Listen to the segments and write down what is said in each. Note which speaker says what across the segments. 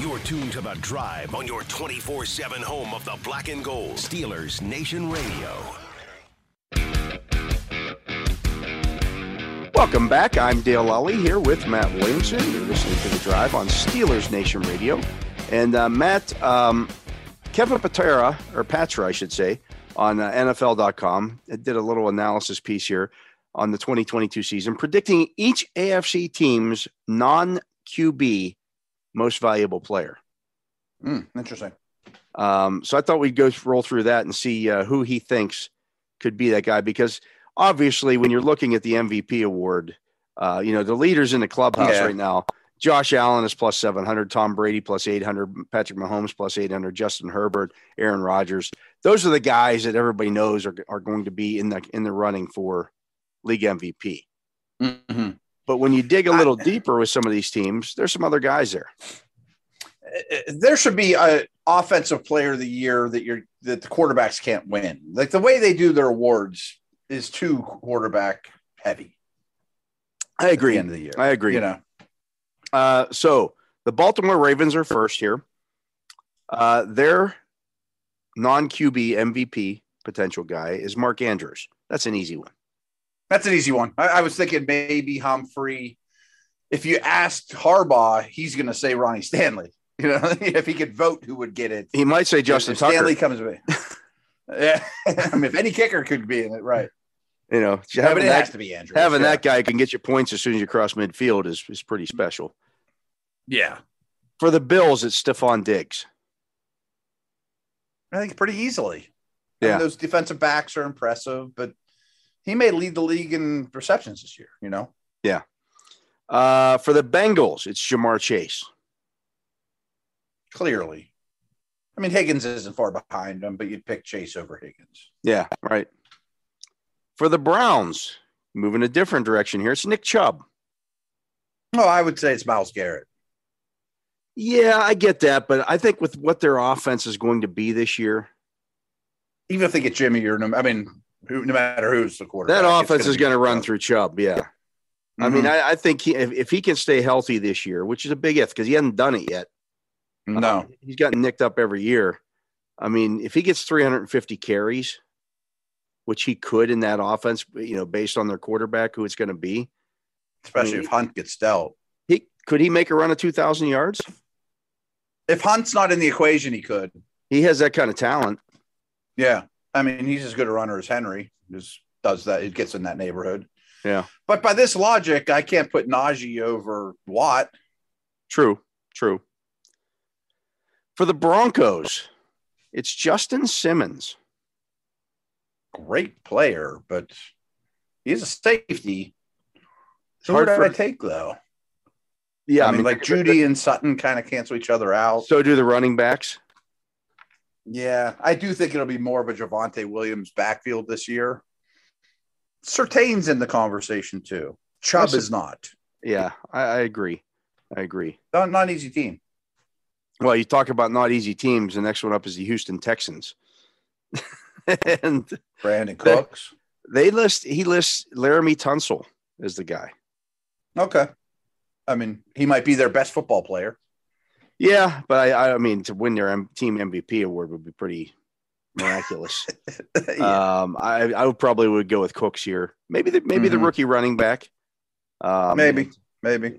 Speaker 1: You're tuned to The Drive on your 24 7 home of the black and gold. Steelers Nation Radio.
Speaker 2: Welcome back. I'm Dale Lally here with Matt Williamson. You're listening to The Drive on Steelers Nation Radio. And uh, Matt, um, Kevin Patera, or Patra, I should say, on uh, NFL.com uh, did a little analysis piece here on the 2022 season, predicting each AFC team's non QB most valuable player.
Speaker 3: Mm, interesting.
Speaker 2: Um, so I thought we'd go roll through that and see uh, who he thinks could be that guy because obviously when you're looking at the MVP award, uh, you know the leaders in the clubhouse
Speaker 3: Yeah.
Speaker 2: right now. Josh Allen is plus 700, Tom Brady plus 800, Patrick Mahomes plus 800, Justin Herbert, Aaron Rodgers. Those are the guys that everybody knows are, are going to be in the in the running for league MVP.
Speaker 3: Mm-hmm.
Speaker 2: But when you dig a little
Speaker 3: I-
Speaker 2: deeper with some of these teams, there's some other guys there.
Speaker 3: Uh, there should be a offensive player of the year that you're that the quarterbacks can't win. Like the way they do their awards is too quarterback heavy.
Speaker 2: I
Speaker 3: At the
Speaker 2: agree.
Speaker 3: end of the year,
Speaker 2: I agree.
Speaker 3: You know,
Speaker 2: Uh, so the Baltimore Ravens are first here. Uh, their non QB MVP potential guy is Mark Andrews. That's an easy one.
Speaker 3: that's an easy one. I, I was thinking maybe Humphrey. If you asked Harbaugh, he's going to say Ronnie Stanley. You know, if he could vote, who would get it?
Speaker 2: He might say Justin
Speaker 3: if Stanley
Speaker 2: Tucker.
Speaker 3: comes with yeah, I mean, if any kicker could be in it, right?
Speaker 2: You know,
Speaker 3: Yeah, but
Speaker 2: having,
Speaker 3: it has
Speaker 2: that,
Speaker 3: to be Andrew.
Speaker 2: having
Speaker 3: yeah.
Speaker 2: that guy can get you points as soon as you cross midfield is, is pretty special.
Speaker 3: yeah,
Speaker 2: For the Bills, it's Stephon Diggs.
Speaker 3: I think pretty easily. I mean,
Speaker 2: Yeah.
Speaker 3: those defensive backs are impressive, but he may lead the league in receptions this year. You know,
Speaker 2: Uh, for the Bengals, it's Jamar Chase.
Speaker 3: clearly. I mean, Higgins isn't far behind him, but you'd pick Chase over Higgins.
Speaker 2: Yeah, right. For the Browns, moving a different direction here, it's Nick Chubb.
Speaker 3: Oh, I would say it's Miles Garrett.
Speaker 2: Yeah, I get that, but I think with what their offense is going to be this year,
Speaker 3: Even if they get Jimmy or no, I mean, who, no matter who's the quarterback,
Speaker 2: that
Speaker 3: it's
Speaker 2: offense is
Speaker 3: be- Mm-hmm.
Speaker 2: going to run through Chubb. Yeah, I mean, I, I think he, if, if he can stay healthy this year, which is a big if because he hasn't done it yet,
Speaker 3: Mhm. no,
Speaker 2: he's gotten nicked up every year. I mean, if he gets 350 carries, which he could in that offense, you know, based on their quarterback who it's going to be,
Speaker 3: especially
Speaker 2: Mm-hmm.
Speaker 3: if Hunt gets dealt.
Speaker 2: he could he make a run of 2,000 yards?
Speaker 3: If Hunt's not in the equation, he could.
Speaker 2: He has that kind of talent.
Speaker 3: Yeah. I mean, he's as good a runner as Henry. Just does that. It gets in that neighborhood.
Speaker 2: Yeah.
Speaker 3: But by this logic, I can't put Najee over Watt.
Speaker 2: True, true. For the Broncos, it's Justin Simmons.
Speaker 3: Great player, but he's a safety. So where
Speaker 2: Hard
Speaker 3: did
Speaker 2: for-
Speaker 3: I take though?
Speaker 2: Yeah,
Speaker 3: I, mean, like Judy and Sutton kind of cancel each other out.
Speaker 2: So do the running backs.
Speaker 3: Yeah, I do think it'll be more of a Javante Williams backfield this year. Sertain's in the conversation too. Chubb
Speaker 2: Listen-
Speaker 3: is not.
Speaker 2: Yeah, I, I agree. I agree.
Speaker 3: Not, not an easy team.
Speaker 2: Well, you talk about not easy teams. The next one up is the Houston Texans, and
Speaker 3: Brandon Cooks.
Speaker 2: they list he lists Laramie Tunsil as the guy.
Speaker 3: Okay. I mean, he might be their best football player.
Speaker 2: Yeah, but I, I mean to win their M- team MVP award would be pretty miraculous.
Speaker 3: Yeah.
Speaker 2: Um, I, I would probably would go with Cooks here. Maybe the, maybe the
Speaker 3: Mhm.
Speaker 2: rookie running back. Um,
Speaker 3: maybe, maybe.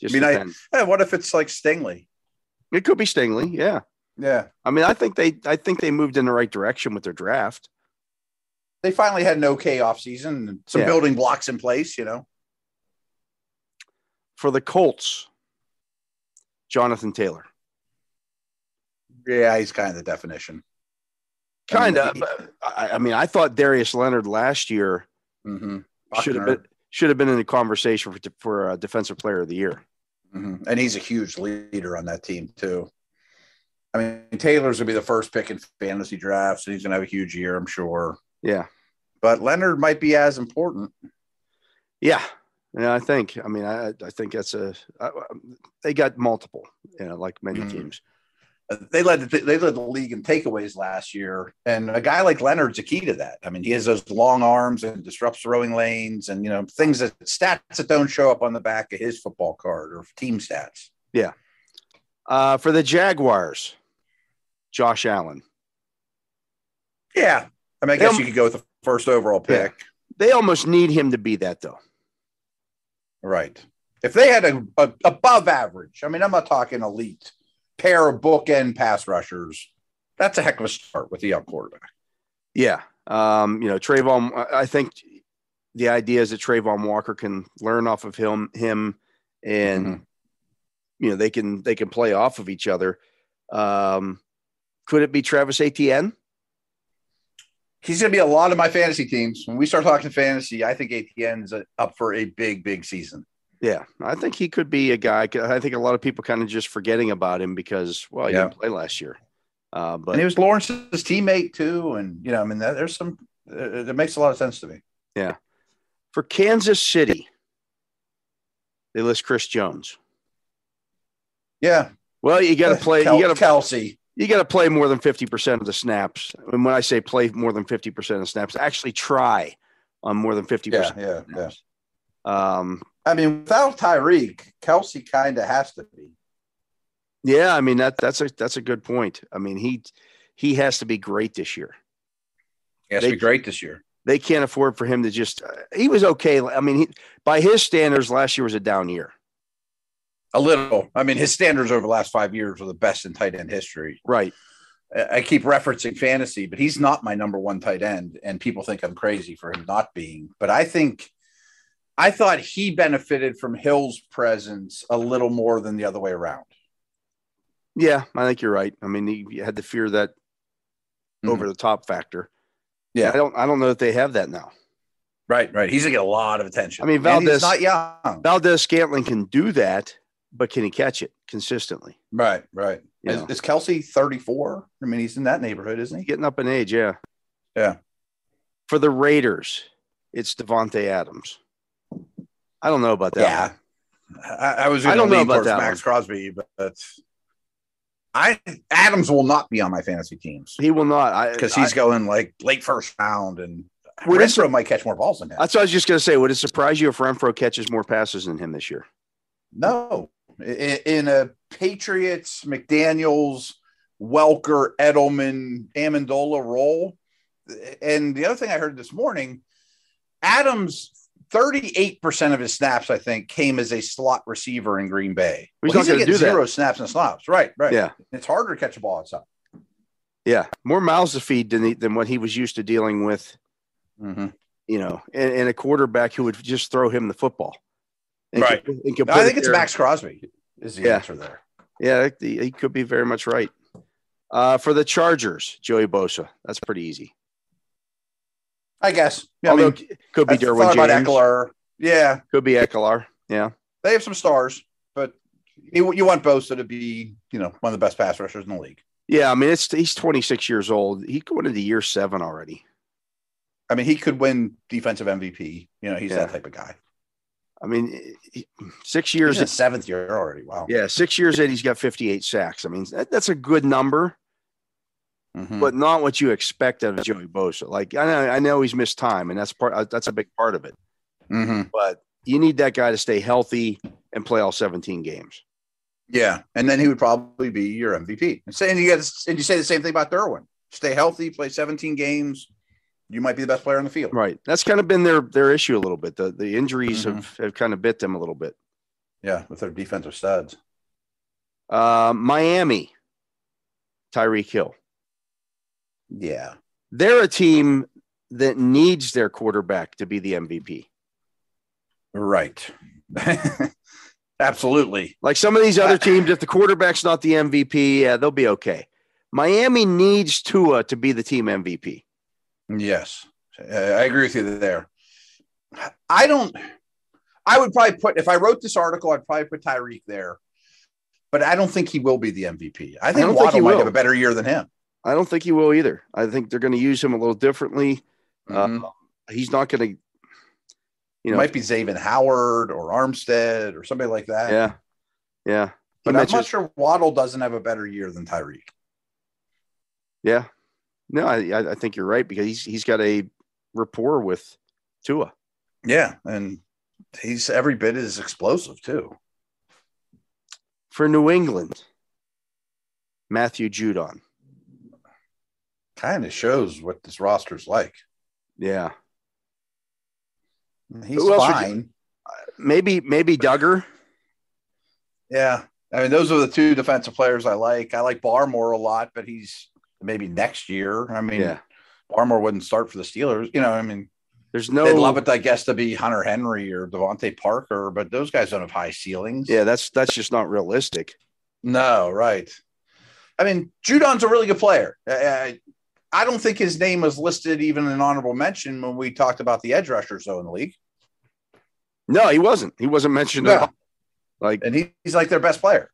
Speaker 2: Just
Speaker 3: Be nice.
Speaker 2: depends.
Speaker 3: Hey, what if it's like Stingley?
Speaker 2: It could be Stingley. Yeah.
Speaker 3: Yeah.
Speaker 2: I mean, I think they I think they moved in the right direction with their draft.
Speaker 3: They finally had an okay offseason and some
Speaker 2: Yeah.
Speaker 3: building blocks in place, you know.
Speaker 2: For the Colts, Jonathan Taylor.
Speaker 3: Yeah, he's kind of the definition.
Speaker 2: Kind of. I, I mean, I thought Darius Leonard last year
Speaker 3: hmm
Speaker 2: should have been should have been in the conversation for for uh, defensive player of the year.
Speaker 3: mm-hmm. And he's a huge leader on that team, too. I mean, Taylor's going to be the first pick in fantasy drafts, and he's going to have a huge year, I'm sure.
Speaker 2: Yeah.
Speaker 3: But Leonard might be as important.
Speaker 2: Yeah. Yeah, I think. I mean, I, I think that's a I, they got multiple, you know, like many
Speaker 3: Mhm.
Speaker 2: teams.
Speaker 3: they led the, they led the league in takeaways last year, and a guy like Leonard's a key to that. I mean, he has those long arms and disrupts throwing lanes, and you know things that stats that don't show up on the back of his football card or team stats.
Speaker 2: Uh, for the Jaguars, Josh Allen.
Speaker 3: Yeah. I mean, I guess you could go with the first overall pick.
Speaker 2: They almost need him to be that, though.
Speaker 3: Right. If they had a, a above average, I mean, I'm not talking elite pair of bookend pass rushers. That's a heck of a start with a young quarterback.
Speaker 2: Yeah. Um, you know, Trayvon, I- I think the idea is that Trayvon Walker can learn off of him, him, and
Speaker 3: Mm-hmm.
Speaker 2: you know, they can, they can play off of each other. Um, could it be Travis Etienne?
Speaker 3: he's going to be a lot of my fantasy teams. When we start talking fantasy, I think ATN's up for a big, big season.
Speaker 2: Yeah. I think he could be a guy. I think a lot of people kind of just forgetting about him because, well, he didn't play last year. Uh, but
Speaker 3: and he was Lawrence's teammate too. And you know, I mean, that, there's some. Uh, that makes a lot of sense to me.
Speaker 2: for Kansas City, they list Chris Jones.
Speaker 3: Yeah,
Speaker 2: Well, you got to play.
Speaker 3: Kel-
Speaker 2: You got to
Speaker 3: Kelsey.
Speaker 2: you got to play more than fifty percent of the snaps. And when I say play more than fifty percent of the snaps, actually try on more than fifty
Speaker 3: Yeah,
Speaker 2: percent.
Speaker 3: yeah, yeah.
Speaker 2: Um,
Speaker 3: I mean, without Tyreek, Kelsey kind of has to be.
Speaker 2: yeah, I mean that that's a that's a good point. I mean he he has to be great this year.
Speaker 3: He
Speaker 2: has to be
Speaker 3: great this year.
Speaker 2: They can't afford for him to just. uh, he was okay. I mean, he, by his standards, last year was a down year.
Speaker 3: A little. I mean, his standards over the last five years are the best in tight end history.
Speaker 2: Right.
Speaker 3: I I keep referencing fantasy, but he's not my number one tight end, and people think I'm crazy for him not being. But I think I thought he benefited from Hill's presence a little more than the other way around.
Speaker 2: Yeah, I think you're right. I mean, he, he had to fear that
Speaker 3: Mhm.
Speaker 2: over the top factor.
Speaker 3: Yeah.
Speaker 2: I don't. I don't know that they have that now.
Speaker 3: Right, right. He's gonna get a lot of attention.
Speaker 2: I mean,
Speaker 3: And
Speaker 2: Valdez-
Speaker 3: he's not young.
Speaker 2: Valdez Scantling can do that, but can he catch it consistently?
Speaker 3: Right, right.
Speaker 2: You
Speaker 3: Is,
Speaker 2: know,
Speaker 3: is Kelsey 34? I mean, he's in that neighborhood, isn't
Speaker 2: he's
Speaker 3: he?
Speaker 2: getting up in age, yeah.
Speaker 3: Yeah.
Speaker 2: For the Raiders, it's Devonte Adams. I don't know about that. one.
Speaker 3: I, I was.
Speaker 2: I
Speaker 3: gonna
Speaker 2: don't know
Speaker 3: lean
Speaker 2: about
Speaker 3: towards
Speaker 2: that
Speaker 3: Max Crosby, but that's- I Adams will not be on my fantasy teams
Speaker 2: he will not. I
Speaker 3: because
Speaker 2: I-
Speaker 3: he's going like late first round, and
Speaker 2: Would it
Speaker 3: Renfro might catch more balls than him.
Speaker 2: that's what I was just going to say. Would it surprise you if Renfro catches more passes than him this year?
Speaker 3: No, I- I- in a Patriots McDaniel's Welker Edelman Amendola role, and the other thing I heard this morning, Adams. 38% of his snaps, I think, came as a slot receiver in Green Bay.
Speaker 2: He's
Speaker 3: Well,
Speaker 2: not gonna
Speaker 3: getting
Speaker 2: do that.
Speaker 3: zero snaps and slops. Right, right.
Speaker 2: Yeah,
Speaker 3: It's harder to catch a ball outside.
Speaker 2: yeah. More miles to feed than he, than what he was used to dealing with.
Speaker 3: Mm-hmm.
Speaker 2: You know, and, and a quarterback who would just throw him the football. And
Speaker 3: Right.
Speaker 2: could- and could
Speaker 3: No,
Speaker 2: put
Speaker 3: I
Speaker 2: it
Speaker 3: think it's
Speaker 2: there.
Speaker 3: Max Crosby is the
Speaker 2: Yeah.
Speaker 3: answer there.
Speaker 2: Yeah, that- the- he could be very much right. Uh, for the Chargers, Joey Bosa. That's pretty easy.
Speaker 3: I guess. Yeah,
Speaker 2: Although
Speaker 3: I mean,
Speaker 2: c- could be
Speaker 3: I thought
Speaker 2: Derwin
Speaker 3: about
Speaker 2: James.
Speaker 3: Eckler. Yeah,
Speaker 2: Could be Eckler. Yeah.
Speaker 3: they have some stars, but you, you want Bosa to be, you know, one of the best pass rushers in the league.
Speaker 2: Yeah. I mean, it's he's 26 years old. He went into year seven already.
Speaker 3: I mean, he could win defensive MVP. You know, he's
Speaker 2: Yeah.
Speaker 3: that type of guy.
Speaker 2: I mean, he- six
Speaker 3: He's
Speaker 2: years.
Speaker 3: in his seventh year already. Wow.
Speaker 2: yeah. Six years in, he's got 58 sacks. I mean, that, that's a good number,
Speaker 3: Mhm.
Speaker 2: but not what you expect out of Joey Bosa. Like, I know, I know he's missed time, and that's part, uh, that's a big part of it.
Speaker 3: Mhm.
Speaker 2: But you need that guy to stay healthy and play all 17 games.
Speaker 3: yeah, and then he would probably be your MVP. And, say, and you guys, and you say the same thing about Derwin. Stay healthy, play 17 games. You might be the best player on the field.
Speaker 2: Right. That's kind of been their their issue a little bit. The the injuries
Speaker 3: Mhm.
Speaker 2: have, have kind of bit them a little bit.
Speaker 3: Yeah, with their defensive studs.
Speaker 2: Uh, Miami, Tyreek Hill.
Speaker 3: Yeah.
Speaker 2: They're a team that needs their quarterback to be the MVP.
Speaker 3: Right. Absolutely.
Speaker 2: Like some of these other teams, if the quarterback's not the MVP, yeah, they'll be okay. Miami needs Tua to be the team MVP.
Speaker 3: Yes. Uh, I agree with you there. I don't, I would probably put, if I wrote this article, I'd probably put Tyreek there, but I don't think he will be the MVP. I think
Speaker 2: don't think
Speaker 3: Waddle
Speaker 2: he
Speaker 3: might
Speaker 2: will.
Speaker 3: have a better year than him.
Speaker 2: I don't think he will either. I think they're going to use him a little differently.
Speaker 3: Mhm.
Speaker 2: Uh, he's not going to, you know,
Speaker 3: might be Zaven Howard or Armstead or somebody like that.
Speaker 2: yeah, yeah. He
Speaker 3: But I'm
Speaker 2: mentions-
Speaker 3: not sure Waddle doesn't have a better year than Tyreek.
Speaker 2: Yeah. No, I, I- I think you're right because he's he's got a rapport with Tua.
Speaker 3: Yeah. And he's every bit as explosive too.
Speaker 2: For New England, Matthew Judon.
Speaker 3: Kind of shows what this roster's like.
Speaker 2: Yeah.
Speaker 3: He's
Speaker 2: Who else would you-
Speaker 3: fine.
Speaker 2: Maybe maybe Duggar.
Speaker 3: Yeah. I mean, those are the two defensive players I like. I like Barmore a lot, but he's maybe next year. I mean,
Speaker 2: Yeah.
Speaker 3: Barmore wouldn't start for the Steelers. You know, I mean,
Speaker 2: There's no
Speaker 3: they'd love it, I guess, to be Hunter Henry or Devontae Parker, but those guys don't have high ceilings.
Speaker 2: Yeah, that's that's just not realistic.
Speaker 3: No, right. I mean, Judon's a really good player. I, I- I don't think his name was listed even in honorable mention when we talked about the edge rushers, though, in the league.
Speaker 2: No, he wasn't. He wasn't mentioned at
Speaker 3: No.
Speaker 2: all. Like
Speaker 3: And he, he's like their best player.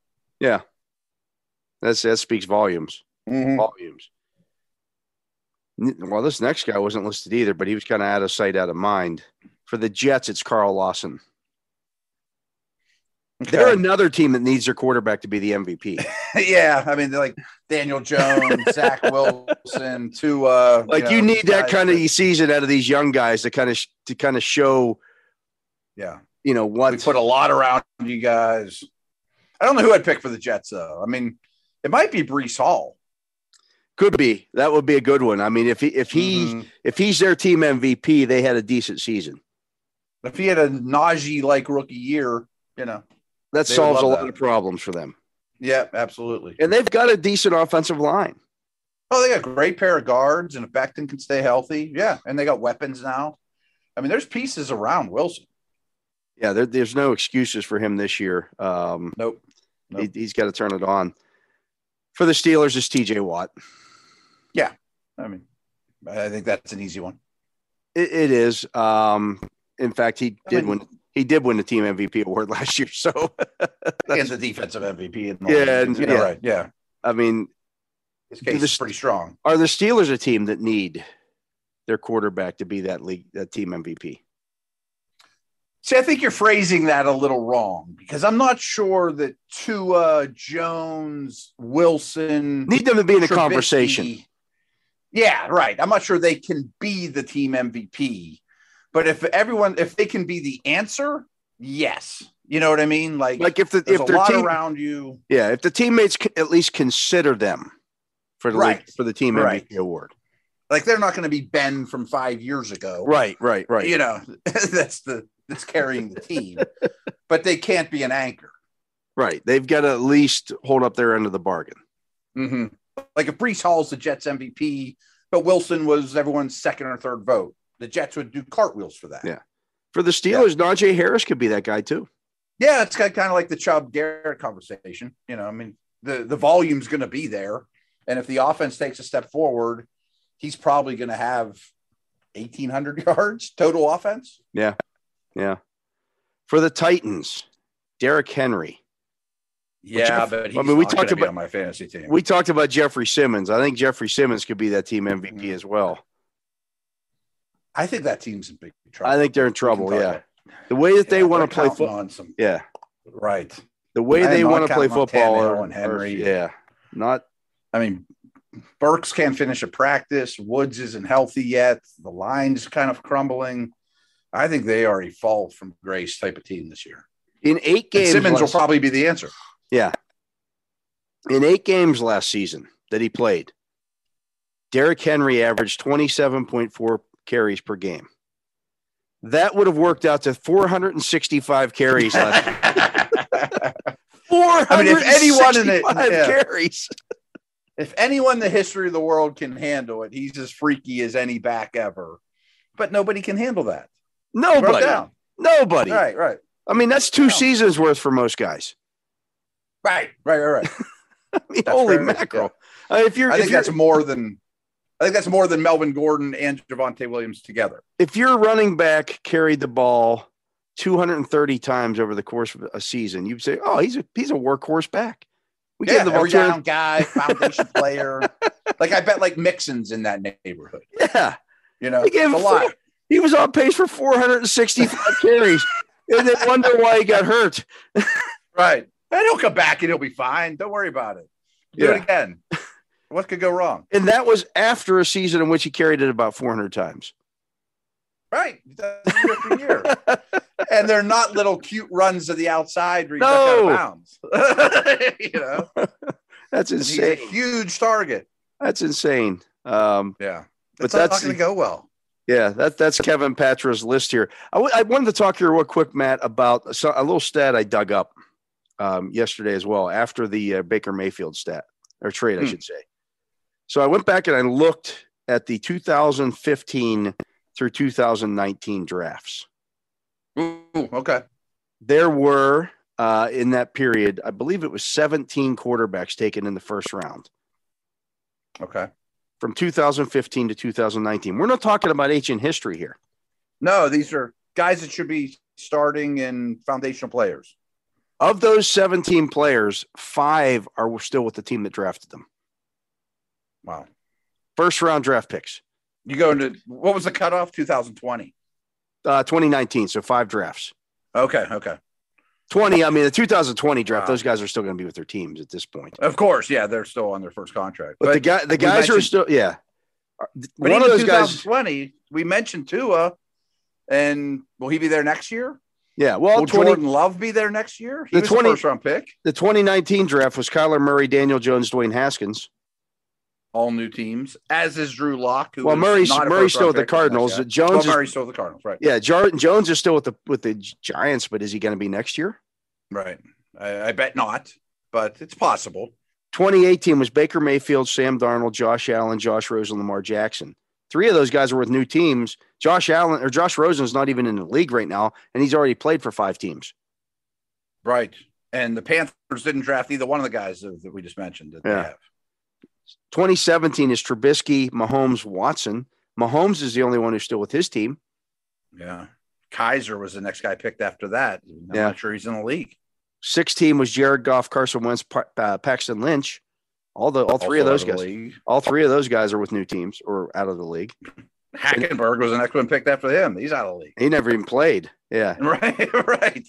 Speaker 2: that's that speaks volumes. Volumes. N- Well, this next guy wasn't listed either, but he was kind of out of sight, out of mind. For the Jets, it's Carl Lawson. They're
Speaker 3: Okay.
Speaker 2: another team that needs their quarterback to be the MVP.
Speaker 3: yeah. I mean, they're like Daniel Jones, Zach Wilson, to uh,
Speaker 2: Like you
Speaker 3: know,
Speaker 2: need that
Speaker 3: guys
Speaker 2: kind of season out of these young guys to kind of sh- to kind of show
Speaker 3: yeah.
Speaker 2: you know
Speaker 3: We
Speaker 2: what.
Speaker 3: put a lot around you guys. I don't know who I'd pick for the Jets, though. I mean, it might be Brees Hall.
Speaker 2: Could be that would be a good one. I mean, if he if he
Speaker 3: Mhm.
Speaker 2: if he's their team MVP, they had a decent season.
Speaker 3: if he had a Najee like rookie year, you know,
Speaker 2: That
Speaker 3: They would
Speaker 2: solves a
Speaker 3: love
Speaker 2: lot
Speaker 3: that.
Speaker 2: of problems for them,
Speaker 3: yeah, absolutely.
Speaker 2: and they've got a decent offensive line.
Speaker 3: Oh, they got a great pair of guards, and if Becton can stay healthy, yeah, and they got weapons now. I mean, there's pieces around Wilson.
Speaker 2: Yeah, there, there's no excuses for him this year. Um,
Speaker 3: Nope. Nope.
Speaker 2: He, has got to turn it on. For the Steelers, it's T.J. Watt.
Speaker 3: I mean, I think that's an easy one.
Speaker 2: It, it is. Um, in fact, he
Speaker 3: I
Speaker 2: did
Speaker 3: mean-
Speaker 2: win. He did win the team MVP award last year. So
Speaker 3: And the defensive MVP, and all
Speaker 2: Yeah,
Speaker 3: that.
Speaker 2: and-
Speaker 3: You know,
Speaker 2: yeah.
Speaker 3: right, yeah.
Speaker 2: I mean,
Speaker 3: His case
Speaker 2: This-
Speaker 3: is pretty strong.
Speaker 2: are the Steelers a team that need their quarterback to be that league that team MVP?
Speaker 3: See, I think you're phrasing that a little wrong because I'm not sure that Tua, Jones, Wilson,
Speaker 2: Need them to be in the
Speaker 3: Trubisky-
Speaker 2: conversation.
Speaker 3: Yeah, right. I'm not sure they can be the team MVP, but if everyone, if they can be the answer, yes. You know what I mean? Like,
Speaker 2: Like if the
Speaker 3: there's
Speaker 2: if
Speaker 3: a
Speaker 2: their
Speaker 3: lot
Speaker 2: team,
Speaker 3: around you.
Speaker 2: yeah, if the teammates c- at least consider them for the
Speaker 3: Right.
Speaker 2: league, for the team
Speaker 3: Right.
Speaker 2: MVP award.
Speaker 3: Like, they're not going to be Ben from five years ago.
Speaker 2: Right, right, right.
Speaker 3: You know, that's the that's carrying the team, but they can't be an anchor.
Speaker 2: Right. They've got to at least hold up their end of the bargain.
Speaker 3: Mm-hmm. Like if Brees Hall's the Jets MVP, but Wilson was everyone's second or third vote, the Jets would do cartwheels for that.
Speaker 2: Yeah. For the Steelers, Najee Harris could be that guy too.
Speaker 3: Yeah, it's kind of like the Chubb Garrett conversation. You know, I mean, the the volume's going to be there, and if the offense takes a step forward, he's probably going to have eighteen hundred yards total offense.
Speaker 2: For the Titans, Derrick Henry. Yeah,
Speaker 3: but
Speaker 2: he's not gonna be on
Speaker 3: my fantasy team.
Speaker 2: We talked about Jeffrey Simmons. I think Jeffrey Simmons could be that team
Speaker 3: Mm-hmm.
Speaker 2: MVP as well.
Speaker 3: I think that team's in big trouble.
Speaker 2: I think they're in trouble. Yeah. The way that they want to play football.
Speaker 3: on some
Speaker 2: Yeah.
Speaker 3: right.
Speaker 2: The way
Speaker 3: I am
Speaker 2: they
Speaker 3: not
Speaker 2: want to play
Speaker 3: counting on
Speaker 2: football.
Speaker 3: Tannehill
Speaker 2: are-
Speaker 3: and Henry.
Speaker 2: are- yeah. Not
Speaker 3: I mean, Burks can't finish a practice. Woods isn't healthy yet. The line's kind of crumbling. I think they are a fall from grace type of team this year.
Speaker 2: in eight
Speaker 3: And
Speaker 2: games.
Speaker 3: Simmons will
Speaker 2: last-
Speaker 3: probably be the answer.
Speaker 2: in eight games last season that he played, Derrick Henry averaged 27.4 carries per game. That would have worked out to 465 carries last
Speaker 3: I mean, if anyone in it-
Speaker 2: 465
Speaker 3: yeah.
Speaker 2: carries.
Speaker 3: if anyone in the history of the world can handle it, he's as freaky as any back ever. But nobody can handle that. Broke
Speaker 2: Nobody.
Speaker 3: down.
Speaker 2: Nobody.
Speaker 3: Right, right,
Speaker 2: I mean, that's two
Speaker 3: No.
Speaker 2: seasons worth for most guys.
Speaker 3: right, right, right, right.
Speaker 2: I mean,
Speaker 3: That's
Speaker 2: holy
Speaker 3: fair.
Speaker 2: mackerel. Uh, if you're
Speaker 3: I
Speaker 2: if
Speaker 3: think
Speaker 2: you're,
Speaker 3: that's more than I think that's more than Melvin Gordon and Javante Williams together.
Speaker 2: if your running back carried the ball 230 times over the course of a season, you'd say, "Oh, he's a he's a workhorse back." We
Speaker 3: yeah,
Speaker 2: gave the ball
Speaker 3: every
Speaker 2: 200
Speaker 3: down guy, foundation planeplayer. Like I bet like Mixon's in that neighborhood.
Speaker 2: Yeah,
Speaker 3: You know,
Speaker 2: They gave
Speaker 3: it's a
Speaker 2: him
Speaker 3: lot.
Speaker 2: four. he was on pace for 465 carries, and then wonder why he got hurt.
Speaker 3: Right. And he'll come back and he'll be fine. Don't worry about it. Do
Speaker 2: Yeah.
Speaker 3: it again. What could go wrong?
Speaker 2: And that was after a season in which he carried it about 400 times.
Speaker 3: Right. He does it year after year. and they're not little cute runs to the outside where you duck out
Speaker 2: No.
Speaker 3: of bounds. you know,
Speaker 2: That's
Speaker 3: He's a
Speaker 2: insane.
Speaker 3: huge target.
Speaker 2: That's insane. Um,
Speaker 3: Yeah.
Speaker 2: But
Speaker 3: But that's
Speaker 2: that's-
Speaker 3: not going to go well.
Speaker 2: yeah, that, that's Kevin Patra's list here. I, w- I wanted to talk here real quick, Matt, about so, a little stat I dug up um, yesterday as well after the uh, Baker Mayfield stat or trade, I
Speaker 3: Hmm.
Speaker 2: should say. So I went back and I looked at the 2015 through 2019 drafts.
Speaker 3: Ooh, okay.
Speaker 2: there were uh, in that period, I believe it was 17 quarterbacks taken in the first round
Speaker 3: Okay.
Speaker 2: from 2015 to 2019. We're not talking about ancient history here.
Speaker 3: No, these are guys that should be starting and foundational players.
Speaker 2: Of those 17 players, five are still with the team that drafted them.
Speaker 3: Wow.
Speaker 2: First round draft picks,
Speaker 3: You go into what was the cutoff? 2020.
Speaker 2: uh, 2019. So five drafts.
Speaker 3: Okay. Okay.
Speaker 2: 20, I mean, the 2020 draft,
Speaker 3: Wow.
Speaker 2: those guys are still going to be with their teams at this point.
Speaker 3: Of course. Yeah. They're still on their first contract.
Speaker 2: But, the, guy, the guys are
Speaker 3: mentioned-
Speaker 2: still, yeah.
Speaker 3: But
Speaker 2: One of
Speaker 3: even
Speaker 2: those guys,
Speaker 3: 2020, we mentioned Tua, and will he be there next year?
Speaker 2: yeah. Well,
Speaker 3: will
Speaker 2: 20,
Speaker 3: Jordan Love be there next year? He
Speaker 2: The
Speaker 3: was
Speaker 2: 20
Speaker 3: a first round pick.
Speaker 2: the 2019 draft was Kyler Murray, Daniel Jones, Dwayne Haskins.
Speaker 3: All new teams, as is Drew Lock.
Speaker 2: Well, Murray's Murray's still with the Cardinals.
Speaker 3: Well,
Speaker 2: Jones, is,
Speaker 3: Murray's still with the Cardinals, right?
Speaker 2: yeah, Jar- Jones is still with the with the Gi- Giants, but is he going to be next year?
Speaker 3: Right. I, I bet not, but it's possible.
Speaker 2: 2018 was Baker Mayfield, Sam Darnold, Josh Allen, Josh Rosen, Lamar Jackson. Three of those guys are with new teams. Josh Allen or Josh Rosen's not even in the league right now, and he's already played for five teams.
Speaker 3: Right. And the Panthers didn't draft either one of the guys that that we just mentioned. That
Speaker 2: Yeah.
Speaker 3: they have.
Speaker 2: 2017 is Trubisky, Mahomes, Watson. Mahomes is the only one who's still with his team.
Speaker 3: Yeah. Kaiser was the next guy picked after that. I'm
Speaker 2: Yeah.
Speaker 3: not sure he's in the league.
Speaker 2: 16 was Jared Goff, Carson Wentz, Pa- uh, Paxton Lynch. All the all three of
Speaker 3: Also
Speaker 2: those
Speaker 3: out
Speaker 2: guys.
Speaker 3: the league.
Speaker 2: All three of those guys are with new teams or out of the league.
Speaker 3: Hackenberg was the next one picked after him. He's out of the league.
Speaker 2: He never even played. Yeah.
Speaker 3: Right, right.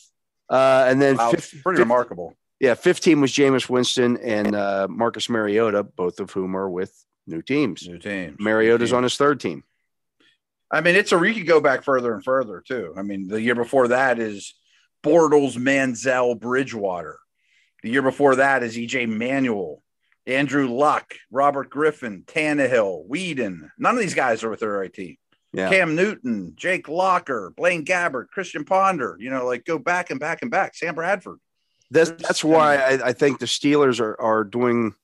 Speaker 2: Uh, and then,
Speaker 3: Wow,
Speaker 2: fif-
Speaker 3: pretty remarkable.
Speaker 2: yeah, 15 was Jameis Winston and uh, Marcus Mariota, both of whom are with new teams.
Speaker 3: New teams.
Speaker 2: Mariota's
Speaker 3: New teams.
Speaker 2: on his third team.
Speaker 3: I mean, it's a we could go back further and further too. I mean, the year before that is Bortles, Manziel, Bridgewater. The year before that is EJ Manuel, Andrew Luck, Robert Griffin, Tannehill, Whedon. None of these guys are with their right team.
Speaker 2: Yeah.
Speaker 3: Cam Newton, Jake Locker, Blaine Gabbert, Christian Ponder. You know, like go back and back and back. Sam Bradford.
Speaker 2: That's,
Speaker 3: There's-
Speaker 2: that's why I, I think the Steelers are, are doing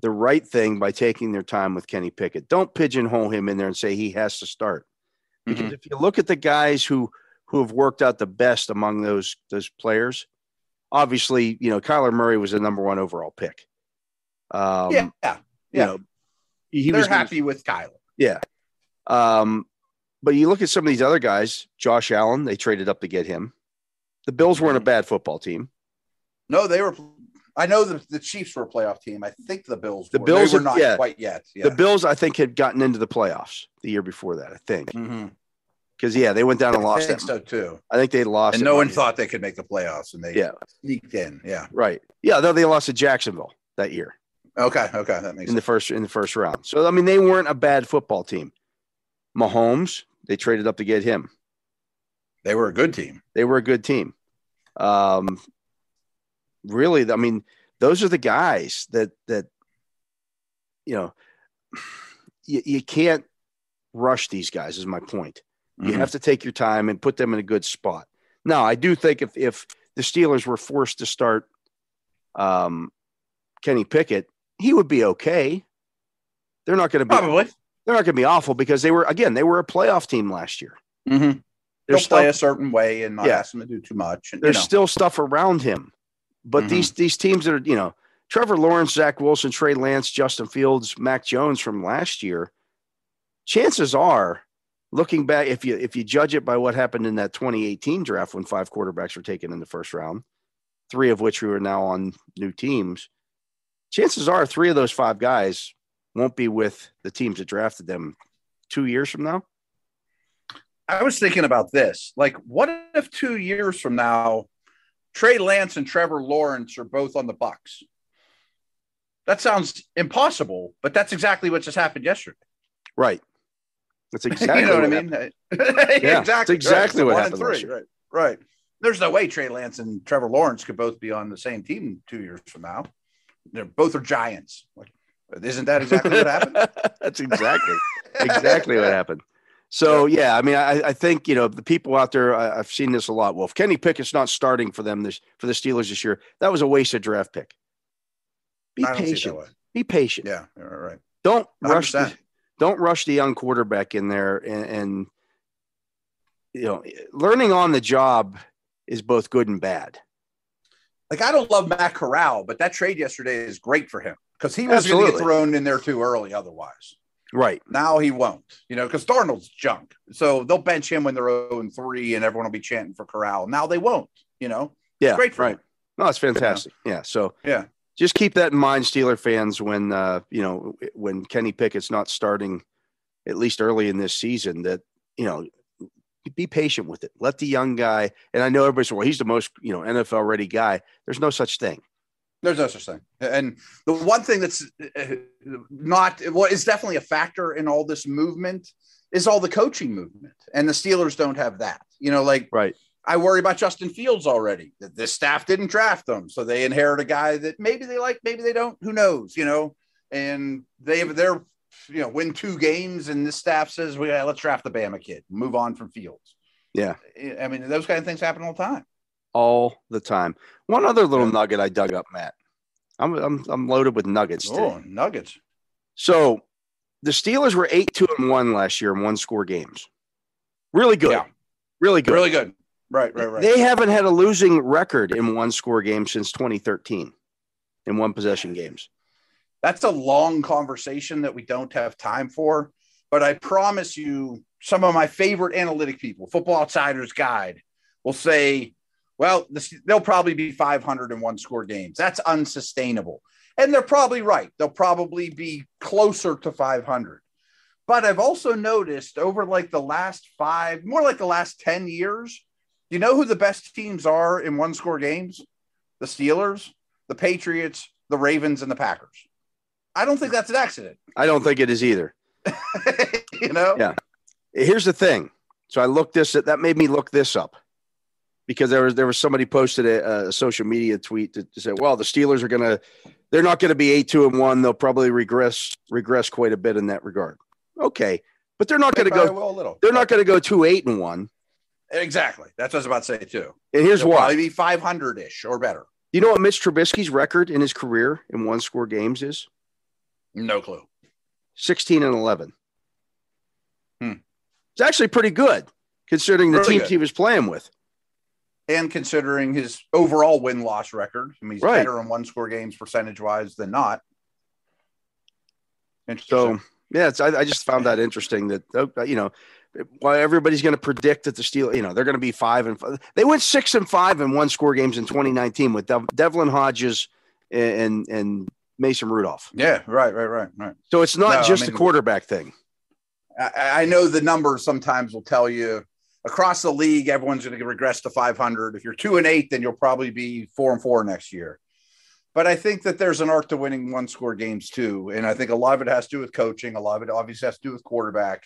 Speaker 2: the right thing by taking their time with Kenny Pickett. Don't pigeonhole him in there and say he has to start. Because if you look at the guys who who have worked out the best among those those players, obviously, you know, Kyler Murray was the number one overall pick. Um,
Speaker 3: yeah, yeah.
Speaker 2: you know, he
Speaker 3: They're
Speaker 2: was gonna-
Speaker 3: happy with Kyler.
Speaker 2: yeah. Um, but you look at some of these other guys, Josh Allen, they traded up to get him. The Bills weren't a
Speaker 3: Mm-hmm.
Speaker 2: bad football team.
Speaker 3: No, they were. I know the, the Chiefs were a playoff team. I think the Bills.
Speaker 2: The
Speaker 3: were.
Speaker 2: Bills
Speaker 3: they were
Speaker 2: are-
Speaker 3: not
Speaker 2: yeah.
Speaker 3: quite yet. Yeah.
Speaker 2: The Bills, I think, had gotten into the playoffs the year before that, I think.
Speaker 3: Mhm.
Speaker 2: Because yeah, they went down and
Speaker 3: I
Speaker 2: lost
Speaker 3: think
Speaker 2: that.
Speaker 3: so too.
Speaker 2: I think they lost.
Speaker 3: And
Speaker 2: it
Speaker 3: no one
Speaker 2: by-
Speaker 3: thought they could make the playoffs, and they
Speaker 2: Yeah.
Speaker 3: sneaked in. Yeah.
Speaker 2: Right. Yeah, though they lost to Jacksonville that year
Speaker 3: Okay. Okay. That
Speaker 2: in
Speaker 3: makes sense.
Speaker 2: the first in the first round. So I mean, they weren't a bad football team. Mahomes, they traded up to get him.
Speaker 3: They were a good team.
Speaker 2: they were a good team. Um, really, I mean, those are the guys that that you know you, you can't rush these guys. Is my point. You
Speaker 3: Mhm.
Speaker 2: have to take your time and put them in a good spot. Now, I do think if if the Steelers were forced to start um, Kenny Pickett, he would be okay. They're not going to be
Speaker 3: Probably.
Speaker 2: they're not going to be awful because they were again they were a playoff team last year.
Speaker 3: Mhm. They'll
Speaker 2: They're still-
Speaker 3: play a certain way and not
Speaker 2: Yeah.
Speaker 3: ask them to do too much. And, you
Speaker 2: there's
Speaker 3: know,
Speaker 2: still stuff around him. But
Speaker 3: Mhm.
Speaker 2: these these teams that are, you know, Trevor Lawrence, Zach Wilson, Trey Lance, Justin Fields, Mac Jones from last year, chances are, looking back, if you if you judge it by what happened in that 2018 draft when five quarterbacks were taken in the first round, three of which who are now on new teams, chances are three of those five guys won't be with the teams that drafted them two years from now.
Speaker 3: I was thinking about this. Like, what if two years from now, Trey Lance and Trevor Lawrence are both on the Bucks? That sounds impossible, but that's exactly what just happened yesterday.
Speaker 2: Right. That's exactly
Speaker 3: you know what I
Speaker 2: happened.
Speaker 3: mean? exactly.
Speaker 2: it's exactly
Speaker 3: So
Speaker 2: what
Speaker 3: one
Speaker 2: happened
Speaker 3: and
Speaker 2: last
Speaker 3: Three, right. Right. There's no way Trey Lance and Trevor Lawrence could both be on the same team two years from now. They're both are giants. Like, isn't that exactly what happened?
Speaker 2: That's exactly exactly what happened. So yeah, I mean, I, I think you know the people out there. I, I've seen this a lot. Well, if Kenny Pickett's not starting for them this for the Steelers this year, that was a wasted draft pick. Be
Speaker 3: I don't see it that
Speaker 2: patient.
Speaker 3: way.
Speaker 2: Be patient.
Speaker 3: Yeah, all right.
Speaker 2: Don't rush. The,
Speaker 3: 100%.
Speaker 2: don't rush the young quarterback in there, and, and you know, learning on the job is both good and bad.
Speaker 3: Like I don't love Matt Corral, but that trade yesterday is great for him because he was going to get
Speaker 2: Absolutely.
Speaker 3: thrown in there too early otherwise.
Speaker 2: Right.
Speaker 3: Now he won't, you know, because Darnold's junk. So they'll bench him when they're 0 and 3 and everyone will be chanting for Corral. Now they won't, you know.
Speaker 2: Yeah.
Speaker 3: great for
Speaker 2: right.
Speaker 3: him.
Speaker 2: No, it's fantastic. Yeah. So
Speaker 3: Yeah.
Speaker 2: just keep that in mind, Steeler fans. When uh, you know when Kenny Pickett's not starting, at least early in this season, that you know be patient with it. Let the young guy. And I know everybody's well. He's the most you know NFL ready guy. There's no such thing.
Speaker 3: There's no such thing. And the one thing that's uh, not well, is definitely a factor in all this movement is all the coaching movement. And the Steelers don't have that. You know, like
Speaker 2: Right.
Speaker 3: I worry about Justin Fields already. That this staff didn't draft them, so they inherit a guy that maybe they like, maybe they don't. Who knows? You know, and they they're you know win two games, and this staff says, "Well, yeah, let's draft the Bama kid, move on from Fields."
Speaker 2: Yeah.
Speaker 3: I mean those kind of things happen all the time.
Speaker 2: All the time. One other little
Speaker 3: Yeah.
Speaker 2: nugget I dug up, Matt. I'm I'm, I'm loaded with nuggets today.
Speaker 3: Oh, Nuggets.
Speaker 2: So the Steelers were eight two and one last year in one score games. Really good.
Speaker 3: Yeah.
Speaker 2: Really good.
Speaker 3: Really good. Right, right, right.
Speaker 2: They haven't had a losing record in one score game since 2013 in one possession games.
Speaker 3: that's a long conversation that we don't have time for. But I promise you, some of my favorite analytic people, Football Outsiders Guide, will say, well, this, they'll probably be 501 score games. That's unsustainable. And they're probably right. They'll probably be closer to 500. But I've also noticed over like the last five, more like the last 10 years, you know who the best teams are in one score games? The Steelers, the Patriots, the Ravens, and the Packers. I don't think that's an accident.
Speaker 2: I don't think it is either.
Speaker 3: you know?
Speaker 2: Yeah. Here's the thing. So I looked this that made me look this up because there was there was somebody posted a, a social media tweet that said, "Well, the Steelers are going to they're not going to be 8-2 and 1. They'll probably regress regress quite a bit in that regard." Okay. But they're not going to
Speaker 3: Probably
Speaker 2: go
Speaker 3: will a little.
Speaker 2: they're not going to go 2-8 and 1.
Speaker 3: exactly. That's what I was about to say too.
Speaker 2: And here's
Speaker 3: It'll
Speaker 2: why.
Speaker 3: probably be five hundred ish or better.
Speaker 2: you know what Mitch Trubisky's record in his career in one score games is?
Speaker 3: No clue.
Speaker 2: 16 and 11.
Speaker 3: Hmm.
Speaker 2: It's actually pretty good considering the
Speaker 3: Really
Speaker 2: teams
Speaker 3: good.
Speaker 2: he was playing with.
Speaker 3: And considering his overall win loss record, I mean, he's
Speaker 2: Right.
Speaker 3: better in one score games percentage wise than not.
Speaker 2: So,
Speaker 3: Interesting.
Speaker 2: yeah, it's, I, I just found that interesting that, uh, you know, why everybody's going to predict that the Steel, you know, they're going to be five and five. They went six and five in one score games in 2019 with Dev- Devlin Hodges and, and Mason Rudolph.
Speaker 3: yeah, right, right, right, right.
Speaker 2: So it's not
Speaker 3: No, I
Speaker 2: just
Speaker 3: mean-
Speaker 2: a quarterback thing.
Speaker 3: I, I know the numbers sometimes will tell you across the league, everyone's going to regress to 500. If you're two and eight, then you'll probably be four and four next year. But I think that there's an art to winning one score games too. And I think a lot of it has to do with coaching, a lot of it obviously has to do with quarterback.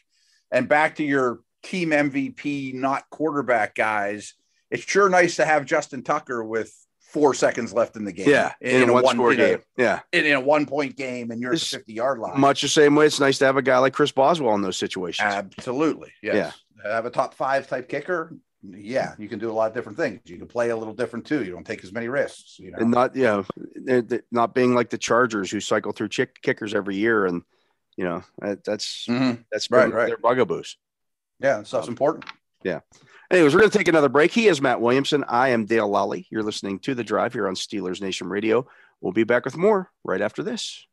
Speaker 3: And back to your team MVP, not quarterback guys, it's sure nice to have Justin Tucker with four seconds left in the game.
Speaker 2: Yeah. In, a one, score
Speaker 3: you know,
Speaker 2: game. Yeah.
Speaker 3: In, in a one point game, and you're at the
Speaker 2: It's
Speaker 3: 50 yard line.
Speaker 2: Much the same way it's nice to have a guy like Chris Boswell in those situations.
Speaker 3: Absolutely. Yes. Have a top five type kicker. Yeah. You can do a lot of different things. You can play a little different too. You don't take as many risks. You know,
Speaker 2: and not you know they're- they're not being like the Chargers who cycle through chick kickers every year, and you know that, that's
Speaker 3: Mhm.
Speaker 2: that's
Speaker 3: Right,
Speaker 2: been
Speaker 3: right.
Speaker 2: their bugaboos.
Speaker 3: yeah, that stuff's important.
Speaker 2: Anyways, we're going to take another break. He is Matt Williamson. I am Dale Lally. You're listening to the Drive here on Steelers Nation Radio. We'll be back with more right after this.